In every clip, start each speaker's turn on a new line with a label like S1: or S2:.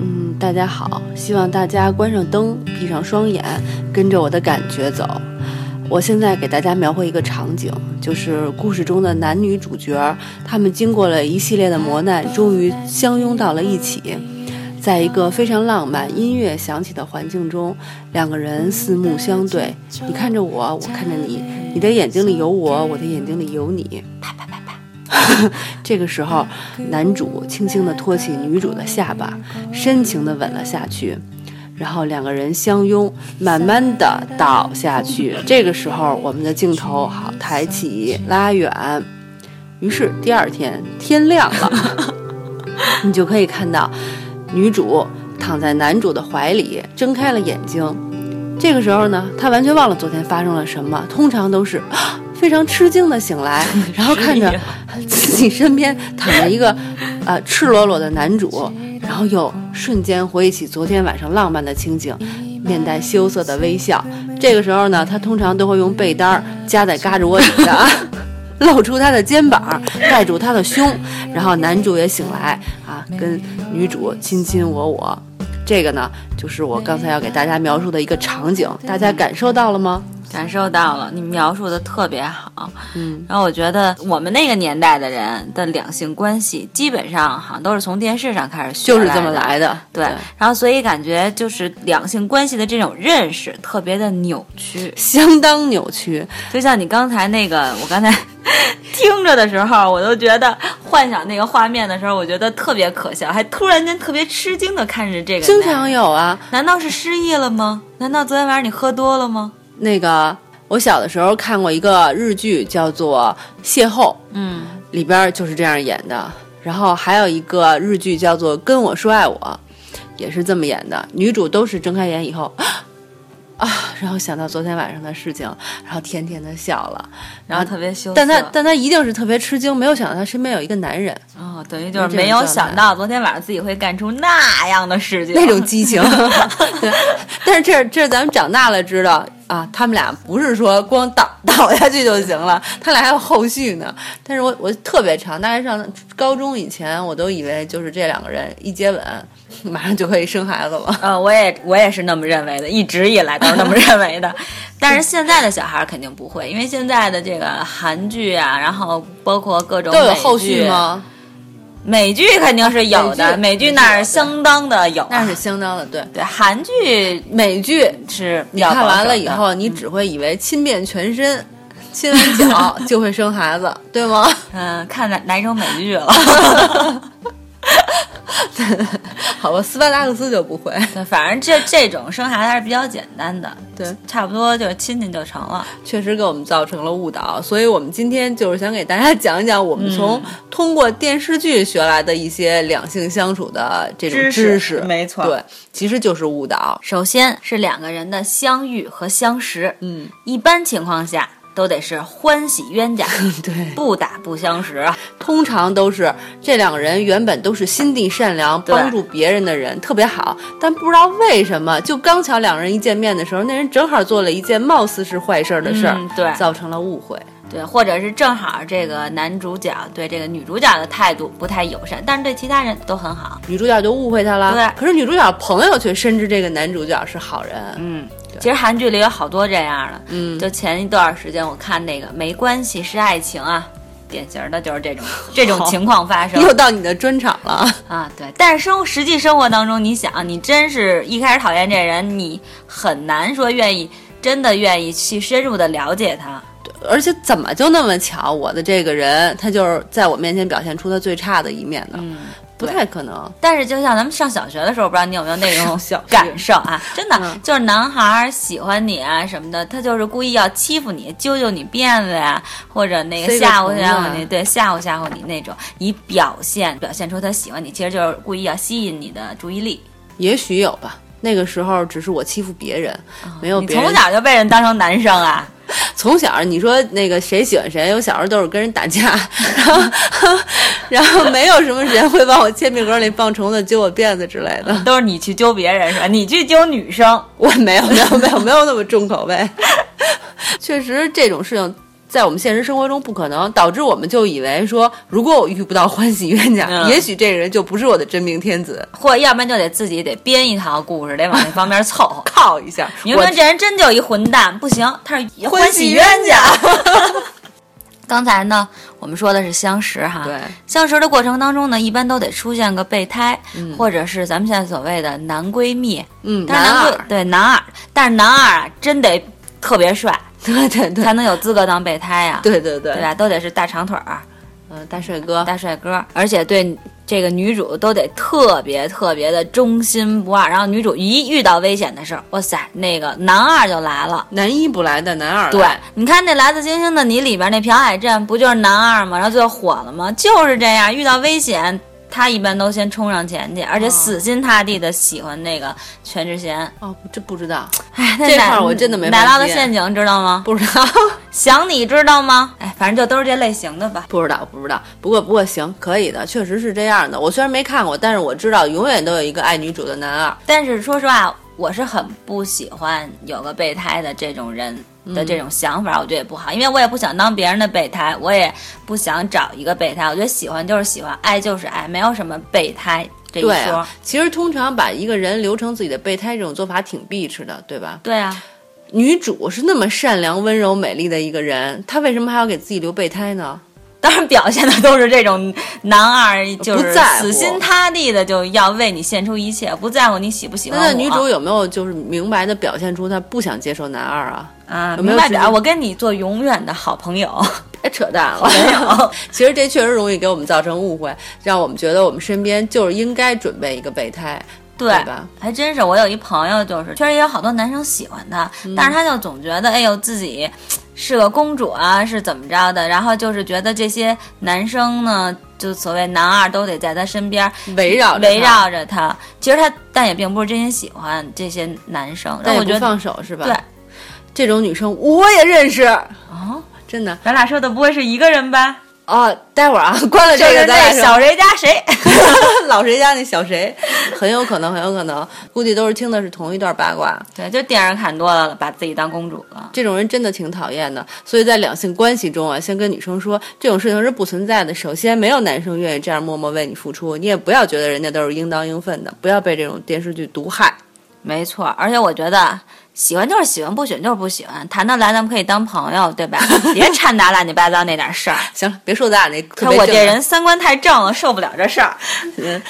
S1: 嗯大家好，希望大家关上灯，闭上双眼，跟着我的感觉走。我现在给大家描绘一个场景，就是故事中的男女主角，他们经过了一系列的磨难，终于相拥到了一起，在一个非常浪漫、音乐响起的环境中，两个人四目相对，你看着我，我看着你，你的眼睛里有我，我的眼睛里有你，啪啪啪啪。这个时候，男主轻轻地托起女主的下巴，深情地吻了下去。然后两个人相拥，慢慢的倒下去。这个时候，我们的镜头好抬起，拉远。于是第二天天亮了，你就可以看到女主躺在男主的怀里，睁开了眼睛。这个时候呢，她完全忘了昨天发生了什么，通常都是啊非常吃惊的醒来，然后看着自己身边躺着一个呃赤裸裸的男主，然后又瞬间回忆起昨天晚上浪漫的情景，面带羞涩的微笑。这个时候呢，他通常都会用被单儿夹在胳肢窝啊底下，露出他的肩膀，盖住他的胸，然后男主也醒来啊，跟女主亲亲我我。这个呢，就是我刚才要给大家描述的一个场景，大家感受到了吗？
S2: 感受到了，你描述的特别好。
S1: 嗯，
S2: 然后我觉得我们那个年代的人的两性关系，基本上好像都是从电视上开始学
S1: 就是这么
S2: 的
S1: 来的。
S2: 对，然后所以感觉就是两性关系的这种认识特别的扭曲，
S1: 相当扭曲。
S2: 就像你刚才那个，我刚才听着的时候，我都觉得幻想那个画面的时候，我觉得特别可笑，还突然间特别吃惊的看着这个。
S1: 经常，有啊，
S2: 难道是失忆了吗？难道昨天晚上你喝多了吗？
S1: 那个我小的时候看过一个日剧，叫做《邂逅》，
S2: 嗯，
S1: 里边儿就是这样演的。然后还有一个日剧叫做《跟我说爱我》，也是这么演的。女主都是睁开眼以后 啊，然后想到昨天晚上的事情，然后甜甜的笑了。
S2: 然后特别羞涩。
S1: 但她但她一定是特别吃惊，没有想到她身边有一个男人，
S2: 哦，等于就是没有想到昨天晚上自己会干出那样的事 情，
S1: 那种激情。对，但是这这咱们长大了知道啊，他们俩不是说光倒倒下去就行了，他俩还有后续呢。但是我我特别长，大概上高中以前，我都以为就是这两个人一接吻，马上就可以生孩子了。
S2: 呃，我也我也是那么认为的，一直以来都是那么认为 的。但是现在的小孩儿肯定不会，因为现在的这个韩剧啊，然后包括各 种
S1: 都有
S2: 美
S1: 后
S2: 剧
S1: 续？吗？
S2: 美剧肯定是有的，
S1: 美
S2: 美
S1: 剧
S2: 剧那是相当的有啊。
S1: 那是相当的对。
S2: 对韩剧
S1: 美剧
S2: 是比
S1: 你
S2: 较
S1: 看
S2: 保
S1: 完
S2: 守
S1: 了
S2: 的
S1: 以后，你只会以为亲遍全身，亲完 脚就会生孩子，对吗？
S2: 嗯、看哪哪一种美剧了？
S1: 好吧，斯巴达克斯就不会。
S2: 对，反正这这种生孩子还是比较简单的，
S1: 对，
S2: 差不多就是亲亲就成了。
S1: 确实给我们造成了误导，所以我们今天就是想给大家 讲一讲我们从
S2: 嗯
S1: 通过电视剧学来的一些两性相处的这种
S2: 知识
S1: 识，
S2: 没错
S1: 对，其实就是误导。
S2: 首先是两个人的相遇和相识，
S1: 嗯，
S2: 一般情况下都得是欢喜冤家，
S1: 对，
S2: 不打不相识。
S1: 通常都是这两个人原本都是心地善良、
S2: 对
S1: 帮助别人的人，特别好，但不知道为什么，就刚巧两人一见面的时候，那人正好做了一件貌似是坏事儿的事儿、
S2: 嗯对
S1: 造成了误会。
S2: 对，或者是正好这个男主角对这个女主角的态度不太友善，但是对其他人都很好。
S1: 女主角就误会他了，
S2: 对
S1: 可是女主角朋友却深知这个男主角是好人，
S2: 嗯，其实韩剧里有好多这样的。
S1: 嗯
S2: 就前一段时间我看那个《没关系是爱情》啊，典型的就是这种这种
S1: 好
S2: 情况发 生。
S1: 又到你的专场了。
S2: 啊，对，但是生实际生活当中，你想，你真是一开始讨厌这人，你很难说愿意真的愿意去深入的了解他。
S1: 而且怎么就那么巧，我的这个人他就是在我面前表现出他最差的一面呢？
S2: 嗯，
S1: 不太可能。
S2: 但是就像咱们上小学的时候，不知道你有没有那 种
S1: 小学
S2: 感受啊？真的、
S1: 嗯
S2: 就是男孩儿喜欢你啊什么的，他就是故意要欺负你，揪揪你辫子呀、或者那个
S1: 塞个
S2: 吓唬
S1: 虫子
S2: 吓
S1: 啊
S2: 唬你，对，吓唬吓唬你那种，以表现表现出他喜欢你，其实就是故意要吸引你的注意力。
S1: 也许有吧。那个时候只是我欺负别人，没有
S2: 啊你
S1: 别人。
S2: 从小就被人当成男生啊？
S1: 从小你说那个谁喜欢谁，我小时候都是跟人打 架，然后 然后没有什么人会往我铅笔盒里放虫子、揪我辫子之类的。
S2: 都是你去揪别人是吧？你去揪女生，
S1: 我没有没有没有没有那么重口味。确实这种事情在我们现实生活中不可能，导致我们就以为说，如果我遇不到欢喜冤家，
S2: 嗯
S1: 也许这个人就不是我的真命天子，。
S2: 或要不然就得自己得编一套故事，得往那方面凑合
S1: 靠一下，
S2: 明
S1: 我
S2: 明这人真就一混蛋，不行，他是
S1: 欢喜
S2: 冤
S1: 冤
S2: 家。 刚才呢，我们说的是相识哈，
S1: 对，
S2: 相识的过程当中呢，一般都得出现个备胎，或者是咱们现在所谓的男闺蜜。
S1: 嗯，
S2: 但是
S1: 男
S2: 闺
S1: 二，
S2: 对男二，但是男二啊，真得特别帅，
S1: 对对对
S2: 才能有资格当备胎呀、
S1: 对对对，
S2: 对吧？都得是大长腿儿、啊
S1: 嗯，大帅哥，
S2: 大帅哥，而且对这个女主都得特别特别的忠心不二。然后女主一遇到危险的事儿，哇塞，那个男二就来了。
S1: 男一不来的，男二来
S2: 对，你看那《来自星星的你》里边那朴海镇不就是男二吗？然后最后火了吗？就是这样，遇到危险，他一般都先冲上前去，而且死心塌地的喜欢那个全智贤。
S1: 哦，这不知道，
S2: 哎，
S1: 这块儿我真的没法
S2: 奶酪的
S1: 接
S2: 陷阱知道吗？
S1: 不知道，
S2: 想你知道吗？哎，反正就都是这类型的吧。
S1: 不知道，不知道。不过，不过行，可以的，确实是这样的。我虽然没看过，但是我知道永远都有一个爱女主的男二。
S2: 但是说实话，我是很不喜欢有个备胎的这种人的这种想法，我觉得也不好，因为我也不想当别人的备胎，我也不想找一个备胎。我觉得喜欢就是喜欢，爱就是爱，没有什么备胎这一
S1: 对
S2: 说。
S1: 啊，其实通常把一个人留成自己的备胎，这种做法挺 bitch 的，对吧？
S2: 对啊，
S1: 女主是那么善良、温柔、美丽的一个人，她为什么还要给自己留备胎呢？
S2: 当然表现的都是这种男二，就是
S1: 不在乎
S2: 死心塌地的就要为你献出一切，不在乎你喜不喜欢我。
S1: 那女主有没有就是明白的表现出她不想接受男二啊？
S2: 啊，
S1: 有没有
S2: 明白
S1: 直接
S2: 点儿，我跟你做永远的好朋友。
S1: 哎，扯淡了。
S2: 没有，
S1: 其实这确实容易给我们造成误会，让我们觉得我们身边就是应该准备一个备胎，
S2: 对
S1: 对吧？
S2: 还真是，我有一朋友，就是确实也有好多男生喜欢她，
S1: 嗯
S2: 但是她就总觉得，哎呦，自己是个公主啊，是怎么着的？然后就是觉得这些男生呢，就所谓男二都得在她身边
S1: 嗯围绕着她
S2: 围绕着她。其实她但也并不是真心喜欢这些男生，
S1: 但
S2: 但
S1: 也
S2: 我
S1: 不
S2: 觉得
S1: 放手是吧？
S2: 对，
S1: 这种女生我也认识，
S2: 哦，
S1: 真的
S2: 咱俩说的不会是一个人吧？
S1: 哦。待会儿啊，关了
S2: 就
S1: 这
S2: 是
S1: 个，咱
S2: 那
S1: 俩
S2: 小谁家 谁，
S1: 说老谁家那小谁，很有可能，很有可能，估计都是听的是同一段八卦。
S2: 对，就电视看多了，把自己当公主了。
S1: 这种人真的挺讨厌的，所以在两性关系中啊，先跟女生说这种事情是不存在的。首先，没有男生愿意这样默默为你付出，你也不要觉得人家都是应当应分的，不要被这种电视剧毒害。
S2: 没错，而且我觉得喜欢就是喜欢，不喜欢就是不喜欢。谈得来，咱们可以当朋友， 对吧？别掺杂乱七八糟那点事儿。
S1: 行了，别说咱俩那 特
S2: 看
S1: 别
S2: 我
S1: 正
S2: 这人三观太正了，受不了这 事儿。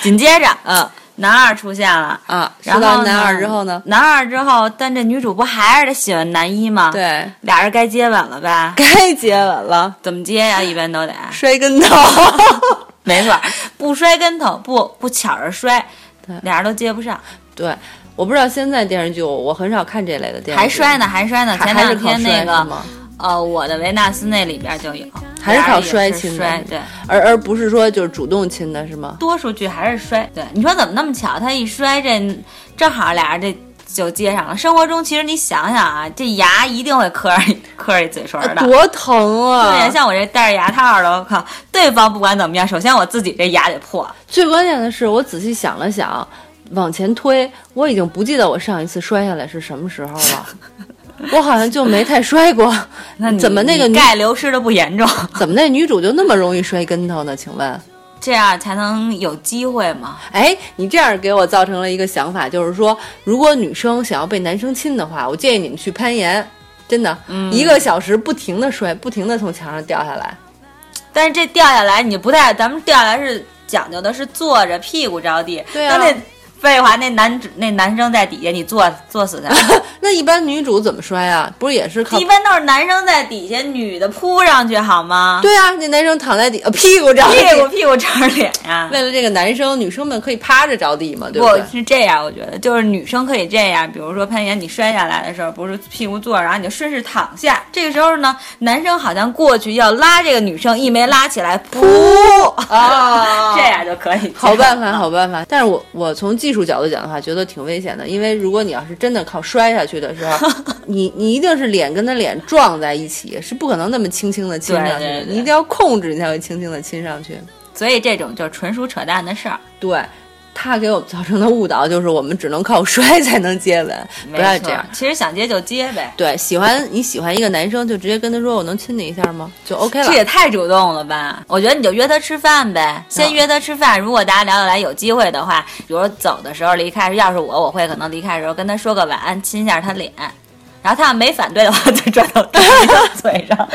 S2: 紧接着，嗯，男二出现了。
S1: 啊，说
S2: 然后
S1: 到
S2: 呢
S1: 男二之后呢？？
S2: 男二之后，但这女主不还是得喜欢男一吗？，
S1: 对，
S2: 俩人该接吻了吧？
S1: 该接吻了，
S2: 怎么接 呀、一般都得。
S1: 摔跟 头。
S2: 没错，不摔跟头，不不巧着摔，俩人都接不上，
S1: 对，我不知道现在电视剧，我我很少看这类的电视剧，
S2: 还摔呢，还摔呢。
S1: 还，
S2: 前
S1: 还是
S2: 两
S1: 靠
S2: 天那
S1: 摔
S2: 个
S1: 是吗？
S2: 呃，我的维纳斯那里边就有，
S1: 还是靠摔
S2: 摔
S1: 亲的
S2: 摔，对，
S1: 而而不是说就是主动亲的是吗？
S2: 多数剧还是摔。对，你说怎么那么巧？他一摔，这正好俩人这就接上了。生活中其实你想想啊，这牙一定会磕上磕上一嘴唇的。
S1: 多啊疼啊！
S2: 对，像我这戴着牙套的，我靠！对方不管怎么样，首先我自己这牙得破，
S1: 最关键的是，我仔细想了想，往前推，我已经不记得我上一次摔下来是什么时候了。我好像就没太摔过。
S2: 那你
S1: 怎么那个
S2: 你
S1: 女
S2: 钙流失的不严重？
S1: 怎么那女主就那么容易摔跟头呢？请问，
S2: 这样才能有机会嘛？
S1: 哎，你这样给我造成了一个想法，就是说，如果女生想要被男生亲的话，我建议你们去攀岩。真的，
S2: 嗯
S1: 一个小时不停的摔，不停的从墙上掉下来。
S2: 但是这掉下来你不带，咱们掉下来是讲究的是坐着屁股着地。
S1: 对啊
S2: 那那废话，那男主那男生在底下，你坐坐死 他。
S1: 那一般女主怎么摔啊？不是也是靠
S2: 一？般都是男生在底下，女的扑上去好吗？
S1: 对啊，那男生躺在底， 呃屁股着地。
S2: 屁股屁股着脸呀、
S1: 为了这个男生，女生们可以趴着着地嘛，对
S2: 不
S1: 不对？
S2: 是这样，我觉得就是女生可以这样，比如说攀岩，你摔下来的时候，不是屁股坐着，然后你就顺势躺下。这个时候呢，男生好像过去要拉这个女生，一没拉起来，噗，
S1: 啊
S2: 这样就可以。
S1: 好办法，好办法。但是我我从技术角度讲的话，觉得挺危险的，因为如果你要是真的靠摔下去的时候， 你你一定是脸跟他脸撞在一起，是不可能那么轻轻的亲上去的，
S2: 对对对
S1: 你一定要控制，你才会轻轻的亲上去。
S2: 所以这种就是纯属扯淡的事儿。
S1: 对。他给我们造成的误导就是我们只能靠摔才能接吻，不要
S2: 没
S1: 这
S2: 错
S1: 样。。
S2: 其实想接就接呗，
S1: 对，喜欢你喜欢一个男生，就直接跟他说我能亲你一下吗？就 OK
S2: 这
S1: 了。嗯
S2: 也太主动了吧！我觉得你就约他吃饭呗，先约他吃饭。如果大家聊得来，有机会的话，比如说走的时候离开，要是我，我会可能离开的时候跟他说个晚安，亲一下他脸。然后他要没反对的话，就转到对方嘴上。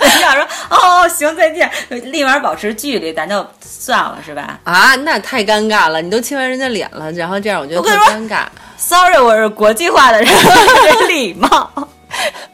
S2: 对方说：“哦，行，再见。”立马保持距离，咱就算了，是吧
S1: 啊，那太尴尬了！你都亲完人家脸了，然后这样我觉得
S2: 我
S1: 特
S2: 跟
S1: 尴
S2: 你说
S1: 尬。
S2: ？Sorry，我是国际化的人， 没礼貌。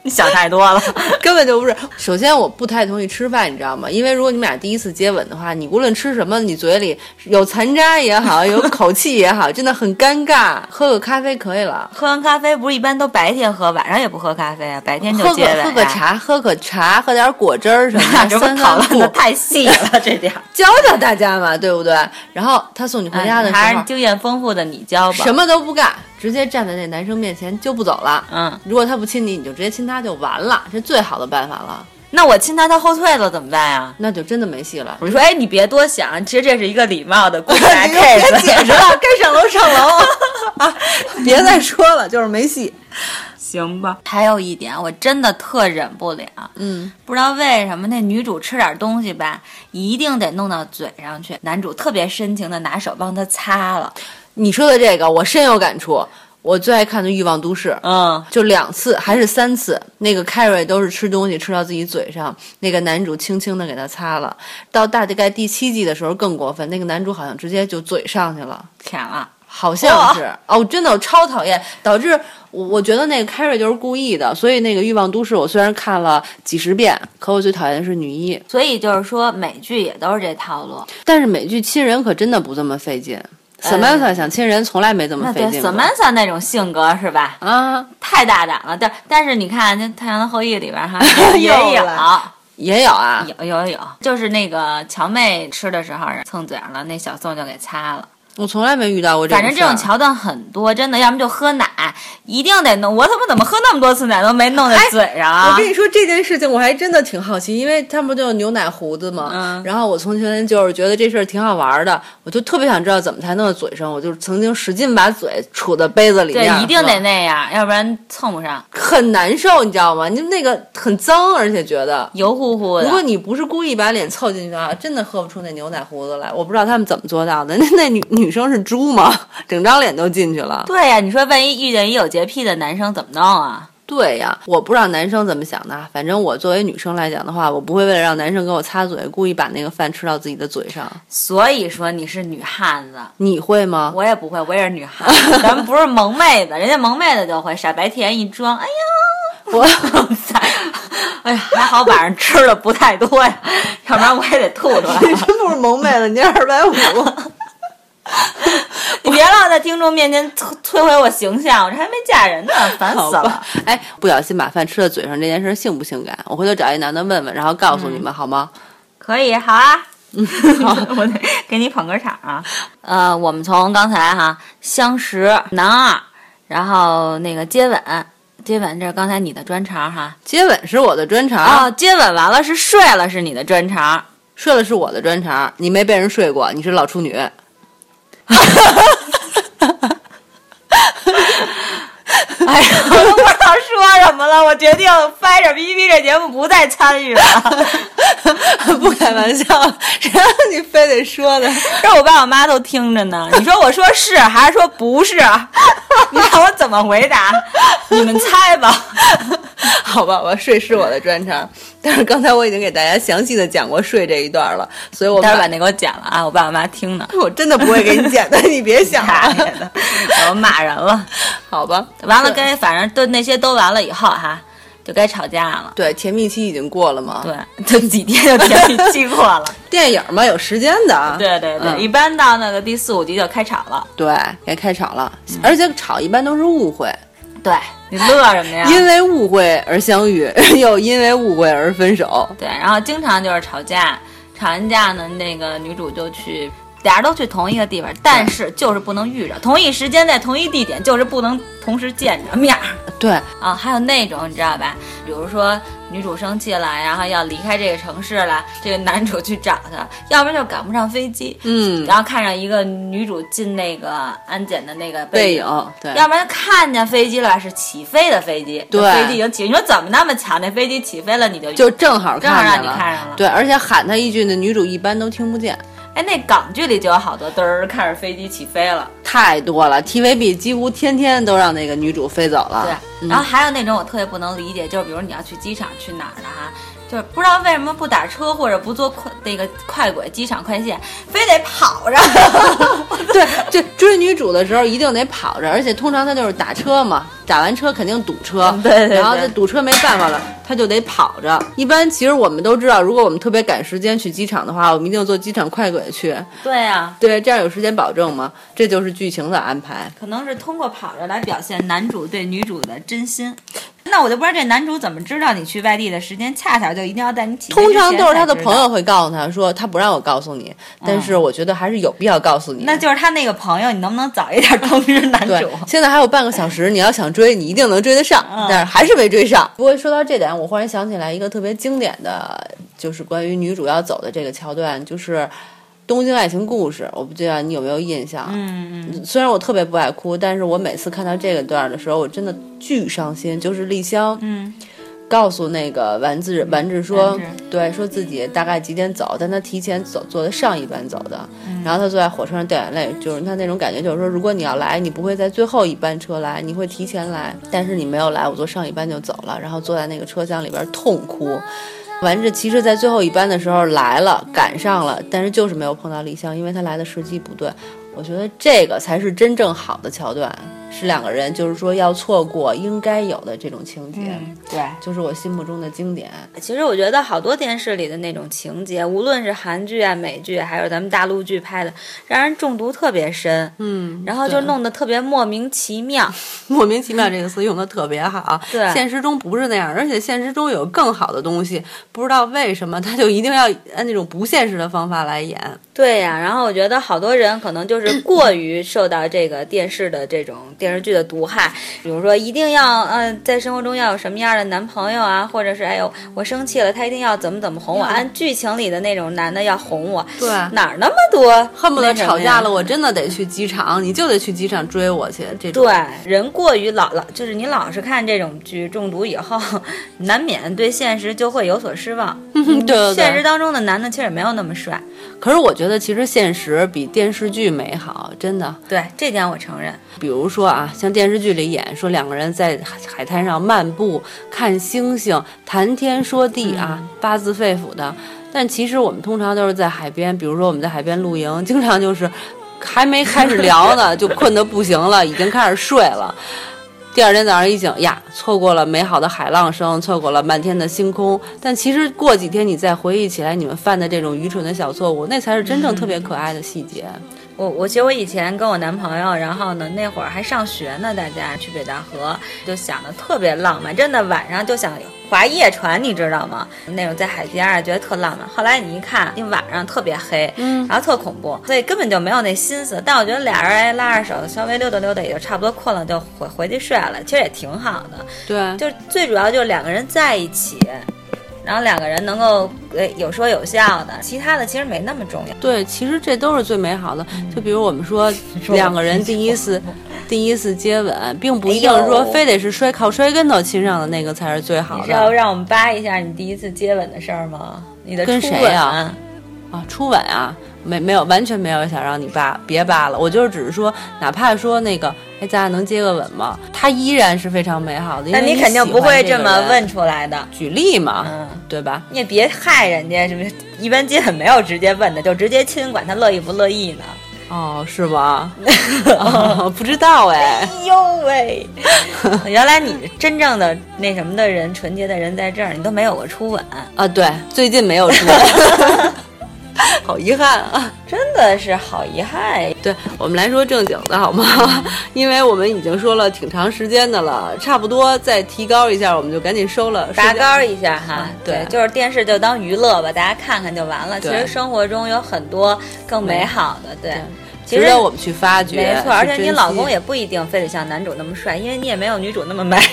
S2: 你想太多了。
S1: 根本就不是。首先，我不太同意吃饭，你知道吗？因为如果你们俩第一次接吻的话，你无论吃什么，你嘴里有残渣也 好，有口气也好，真的很尴尬。喝个咖啡可以了，
S2: 喝完咖啡不是一般都白天喝，晚上也不喝咖啡啊？白天就
S1: 喝
S2: 接吻、
S1: 个
S2: 啊、
S1: 喝个茶，喝个茶，喝点果汁儿什么的，
S2: 这不
S1: 散散
S2: 讨论 的
S1: 步，
S2: 太细
S1: 哎
S2: 了，这点儿。
S1: 教教大家嘛，对不对？然后他送你回家的时
S2: 哎还
S1: 候，
S2: 是经验丰富的你教吧。
S1: 什么都不干，直接站在那男生面前就不走了。
S2: 嗯，
S1: 如果他不亲你，你就直接亲他就完了，是最好的办法了。
S2: 那我亲他，他后退了怎么办呀？
S1: 那就真的没戏了。
S2: 我说，哎，你别多想，其实这是一个礼貌的公开
S1: 你就别
S2: case。
S1: 解释 了，该上楼上楼， 别再说了，就是没戏。
S2: 行吧。还有一点，我真的特忍不了，
S1: 嗯，
S2: 不知道为什么那女主吃点东西吧，一定得弄到嘴上去，男主特别深情的拿手帮她擦了。
S1: 你说的这个我深有感触，我最爱看的《欲望都市》。
S2: 嗯，
S1: 就两次还是三次，那个凯瑞都是吃东西吃到自己嘴上，那个男主轻轻的给他擦了。到大概第七季的时候更过分，那个男主好像直接就嘴上去了，
S2: 舔了。
S1: 好像是哦，真的我超讨厌，导致我我觉得那个凯瑞就是故意的。所以那个《欲望都市》我虽然看了几十遍，可我最讨厌的是女一。
S2: 所以就是说，美剧也都是这套路。
S1: 但是美剧亲人可真的不这么费劲。Samantha 想亲人从来没这么
S2: 呃那
S1: 费
S2: 对
S1: 劲过。
S2: Samantha 那种性格是吧？
S1: 啊，
S2: 太大胆了，但但是你看，那《太阳的后裔》里边哈也
S1: 又
S2: 有
S1: 来也有啊，
S2: 有有有，就是那个乔妹吃的时候蹭嘴上了，那小宋就给擦了。
S1: 我从来没遇到过这
S2: 反
S1: 种。
S2: 正这种，桥段很多，真的，要么就喝奶，一定得弄。我他妈怎么喝那么多次奶都没弄在嘴上
S1: 哎我
S2: 啊？
S1: 跟你说这件事情，我还真的挺好奇，因为他们不就有牛奶胡子嘛。
S2: 嗯
S1: 然后我从前就是觉得这事儿挺好玩的，我就特别想知道怎么才弄到嘴上。我就曾经使劲把嘴杵在杯子里
S2: 对
S1: 面，，
S2: 一定
S1: 是
S2: 得
S1: 吧
S2: 那样，要不然蹭不上，
S1: 很难受，你知道吗？你那个很脏，而且觉得。
S2: 油乎乎
S1: 如果
S2: 的。
S1: 你不是故意把脸凑进去啊，真的喝不出那牛奶胡子来。我不知道他们怎么做到的。那 那女女生是猪吗？ 整张脸都进去了。
S2: 对呀、你说万一遇见一有洁癖的男生怎么弄啊？
S1: 对呀，我不知道男生怎么想的。啊反正我作为女生来讲的话，我不会为了让男生给我擦嘴，故意把那个饭吃到自己的嘴上。
S2: 所以说你是女汉子，
S1: 你会吗？
S2: 我也不会，我也是女孩，咱们不是萌妹子，人家萌妹子就会傻白甜一装，哎
S1: 我
S2: 呦，塞哎呀，还好晚上吃的不太多呀，要不然我也得吐出来。
S1: 你真不是萌妹了，你二 百五。
S2: 你别老在听众面前摧摧毁我形象，我这还没嫁人呢，烦死
S1: 好
S2: 了
S1: 吧。，哎，不小心把饭吃到嘴上这件事性不性感？我回头找一男的问问，然后告诉你们、好吗？
S2: 可以，好啊。 我得给你捧个场啊！呃，我们从刚才哈相识男二，然后那个接吻，接吻这是刚才你的专长哈。
S1: 接吻是我的专长，
S2: 哦，接吻完了是睡了是你的专长，
S1: 睡了是我的专长，你没被人睡过，你是老处女。
S2: 哎呀，我都不知道说什么了，我决定掰着 B B 这节目不再参 与了。
S1: 不开玩笑，谁让你非得说的？
S2: 这我爸我妈都听着呢。你说我说是还是说不是？ 你让我怎么回答？ 你们猜吧。
S1: 好吧，我睡是我的专长， 但是刚才我已经给大家详细的讲过睡这一段了，所以我
S2: 待会儿把
S1: 把
S2: 那给我剪了啊，我爸我妈听呢。
S1: 我真的不会给你 讲的，你别想
S2: 大爷
S1: 了，
S2: 的，我骂人了。
S1: 好吧？
S2: 完了
S1: 对
S2: 该反正都那些都完了以后哈，就该吵架 了。
S1: 对甜蜜期已经过了嘛，
S2: 对，就几天就甜蜜期过了。
S1: 电影嘛有时间的啊，
S2: 对对对，
S1: 嗯
S2: 一般到那个第四五集就开吵了。
S1: 对，该开吵了，而且吵一般都是误会，
S2: 对你乐什么呀？
S1: 因为误会而相遇， 又因为误会而分手。
S2: 对，然后经常就是吵架，吵完架呢，那个女主就去俩人都去同一个地方，但是就是不能遇着，同一时间在同一地点，就是不能同时见着面儿
S1: 对，
S2: 啊。还有那种你知道吧，比如说女主生气了，然后要离开这个城市了，这个男主去找她，要不然就赶不上飞机，
S1: 嗯，
S2: 然后看上一个女主进那个安检的那个
S1: 背
S2: 影。
S1: 影，对，
S2: 要不然看见飞机了，是起飞的飞机，
S1: 对
S2: 飞机已经起。你说怎么那么巧？那飞机起飞了，你就
S1: 就正好
S2: 正好
S1: 看
S2: 让
S1: 见
S2: 你
S1: 了。
S2: 看上了。
S1: 对，而且喊他一句，那女主一般都听不见，
S2: 哎，那港剧里就有好多嘚儿看着飞机起飞了，
S1: 太多了。TVB 几乎天天都让那个女主飞走了。
S2: 对。啊
S1: 嗯
S2: 然后还有那种我特别不能理解，就是比如你要去机场去哪儿了哈，就是不知道为什么不打车或者不坐快那个快轨机场快线，非得跑着。
S1: 对，这追女主的时候一定得跑着，而且通常他就是打车嘛，打完车肯定堵车，
S2: 嗯对对对
S1: 然后这堵车没办法了，他就得跑着。一般其实我们都知道，如果我们特别赶时间去机场的话，我们一定坐机场快轨去，
S2: 对啊，
S1: 对，这样有时间保证嘛，这就是剧情的安排。
S2: 可能是通过跑着来表现男主对女主的真心。那我就不知道这男主怎么知道你去外地的时间，恰巧就一定要带你起飞
S1: 通
S2: 之前
S1: 常都是他的
S2: 才知道
S1: 朋。友会告诉他说，他不让我告诉你，但是我觉得还是有必要告诉你。
S2: 那就是他那个朋友，你能不能早一点 通知男
S1: 对
S2: 主？，
S1: 现在还有半个小时，你要想追，你一定能追得上，
S2: 嗯
S1: 但是还是没追上。不过说到这点，我忽然想起来一个特别经典的，就是关于女主要走的这个桥段，就是《东京爱情故事》，我不知道你有没有印象。
S2: 嗯嗯，
S1: 虽然我特别不爱哭，但是我每次看到这个段儿的时候，我真的巨伤心。就是丽香，
S2: 嗯，
S1: 告诉那个丸子丸子
S2: 丸
S1: 说
S2: 子，
S1: 对，说自己大概几点走，但他提前走，坐的上一班走的。
S2: 嗯
S1: 然后他坐在火车上掉眼泪，就是他那种感觉，就是说，如果你要来，你不会在最后一班车来，你会提前来，但是你没有来，我坐上一班就走了，然后坐在那个车厢里边痛哭。丸子其实，在最后一班的时候来了，赶上了，但是就是没有碰到丽香，因为他来的时机不对。我觉得这个才是真正好的桥段，是两个人就是说要错过应该有的这种情节。
S2: 嗯对。
S1: 就是我心目中的经典。
S2: 其实我觉得好多电视里的那种情节，无论是韩剧啊、美剧，还是咱们大陆剧拍的，让人中毒特别深，
S1: 嗯，
S2: 然后就弄得特别莫名其妙。
S1: 莫名其妙这个词用的特别好。啊
S2: 对
S1: 现实中不是那样，而且现实中有更好的东西，不知道为什么他就一定要按那种不现实的方法来演。
S2: 对呀、然后我觉得好多人可能就是过于受到这个电视的这种电视剧的毒害，比如说一定要嗯、呃在生活中要有什么样的男朋友啊，或者是哎呦我生气了，他一定要怎么怎么哄我，按剧情里的那种男的要哄我，
S1: 对
S2: 哪儿那么多
S1: 恨不得
S2: 那什么
S1: 吵
S2: 呀
S1: 架了，我真的得去机 场，你就得去机场追我去。这种
S2: 对，人过于老老，就是你老是看这种剧中毒以后， 难免对现实就会有所失望。
S1: 嗯对对
S2: 现实
S1: 对。
S2: 当中的男的其实也没有那么帅，
S1: 可是我觉得其实现实比电视剧美好，真的。
S2: 对这点我承认。
S1: 比如说啊，像电视剧里演说两个人在海海滩上漫步、看星星、谈天说地啊，发自肺腑的。但其实我们通常都是在海边，比如说我们在海边露营，经常就是还没开始聊呢，就困得不行了，已经开始睡了。第二天早上一醒呀，错过了美好的海浪声，错过了漫天的星空。但其实过几天你再回忆起来，你们犯的这种愚蠢的小错误，那才是真正特别可爱的细节。
S2: 我我记得我以前跟我男朋友，然后呢那会儿还上学呢，大家去北戴河就想的特别浪漫，真的晚上就想划夜船，你知道吗？那种在海边啊，觉得特浪漫。后来你一看，那晚上特别黑，
S1: 嗯，
S2: 然后特恐怖，所以根本就没有那心思。但我觉得俩人哎拉着手，稍微溜达溜达也就差不多困了，就回回去睡了，其实也挺好的。
S1: 对，
S2: 就是最主要就是两个人在一起，然后两个人能够呃有说有笑的，其他的其实没那么重要。
S1: 对，其实这都是最美好的。
S2: 嗯
S1: 就比如我们 说，两个人第一次第一次接吻，并不一定
S2: 哎
S1: 说
S2: 呦
S1: 非得是摔靠摔跟头亲上的那个才是最好
S2: 你知道
S1: 的
S2: 让我们扒一下你第一次接吻的事儿吗？你的
S1: 跟
S2: 初
S1: 谁
S2: 吻
S1: 呀啊。初吻啊，没没有完全没有想让你扒别扒了，我就是只是说，哪怕说那个，哎，咱俩能接个吻吗？他依然是非常美好的。因
S2: 那
S1: 为
S2: 你
S1: 你
S2: 肯定
S1: 喜
S2: 不
S1: 欢
S2: 会
S1: 这
S2: 这
S1: 个
S2: 么
S1: 人。
S2: 问出来的。
S1: 举例嘛，
S2: 嗯，
S1: 对吧？
S2: 你也别害人家，什么一般接吻没有直接问的，就直接亲，管他乐意不乐意呢。
S1: 哦，是 吧？哦不知道哎。
S2: 哎呦 喂！原来你真正的那什么的人，纯洁的人在这儿，你都没有过初吻。
S1: 啊，对，最近没有出来。好遗憾啊！
S2: 真的是好遗憾。
S1: 对我们来说正经的好吗？
S2: 嗯
S1: 因为我们已经说了挺长时间的了，差不多再提高一下，我们就赶紧收了，
S2: 拔
S1: 收
S2: 高一下哈，
S1: 啊对
S2: 就是电视就当娱乐吧，大家看看就完了。其
S1: 对
S2: 实生活中有很多更美好的，对。其
S1: 值
S2: 实
S1: 得我们去发掘。
S2: 没错，而且
S1: 去
S2: 你
S1: 珍
S2: 老
S1: 惜
S2: 公也不一定非得像男主那么帅，因为你也没有女主那么美。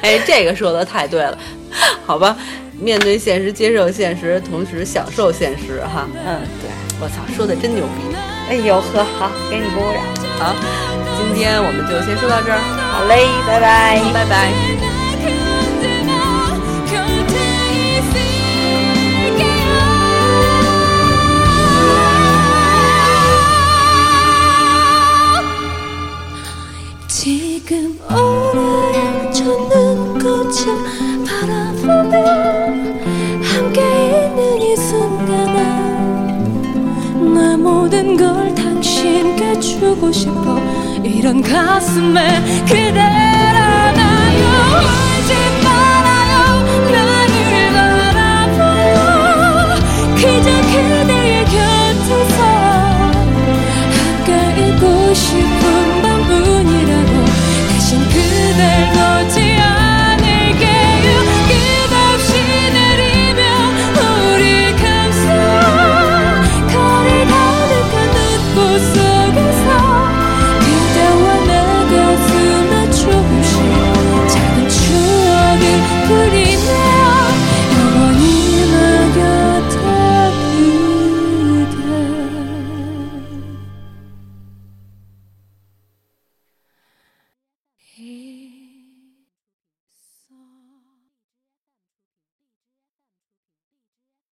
S1: 哎，这个说的太对了， 好吧？面对现实，接受现实，同时享受现实，哈！
S2: 嗯，对。
S1: 我操，说的真牛逼！
S2: 哎呦呵，好，给你鼓鼓掌。
S1: 好，今天我们就先说到这儿，
S2: 好嘞，拜拜。
S1: 嗯拜拜。
S3: 지금 오늘의 첫 눈꽃을 바라보며 함께 있는 이 순간아 나 모든 걸 당신께 주고 싶어 이런 가슴에 그댈 안아요 울지 말아요 나를 바라봐요 그저 그대의 곁에서 함께 있고 싶은 밤뿐이라고 대신 그댈 놓지 않을게요 끝없이 내리며 우리 감싸 거리 가득한 눈꽃 속에서 그대와 내 가슴에 조금씩 작은 추억을 그리네요 영원히 나 곁에 그대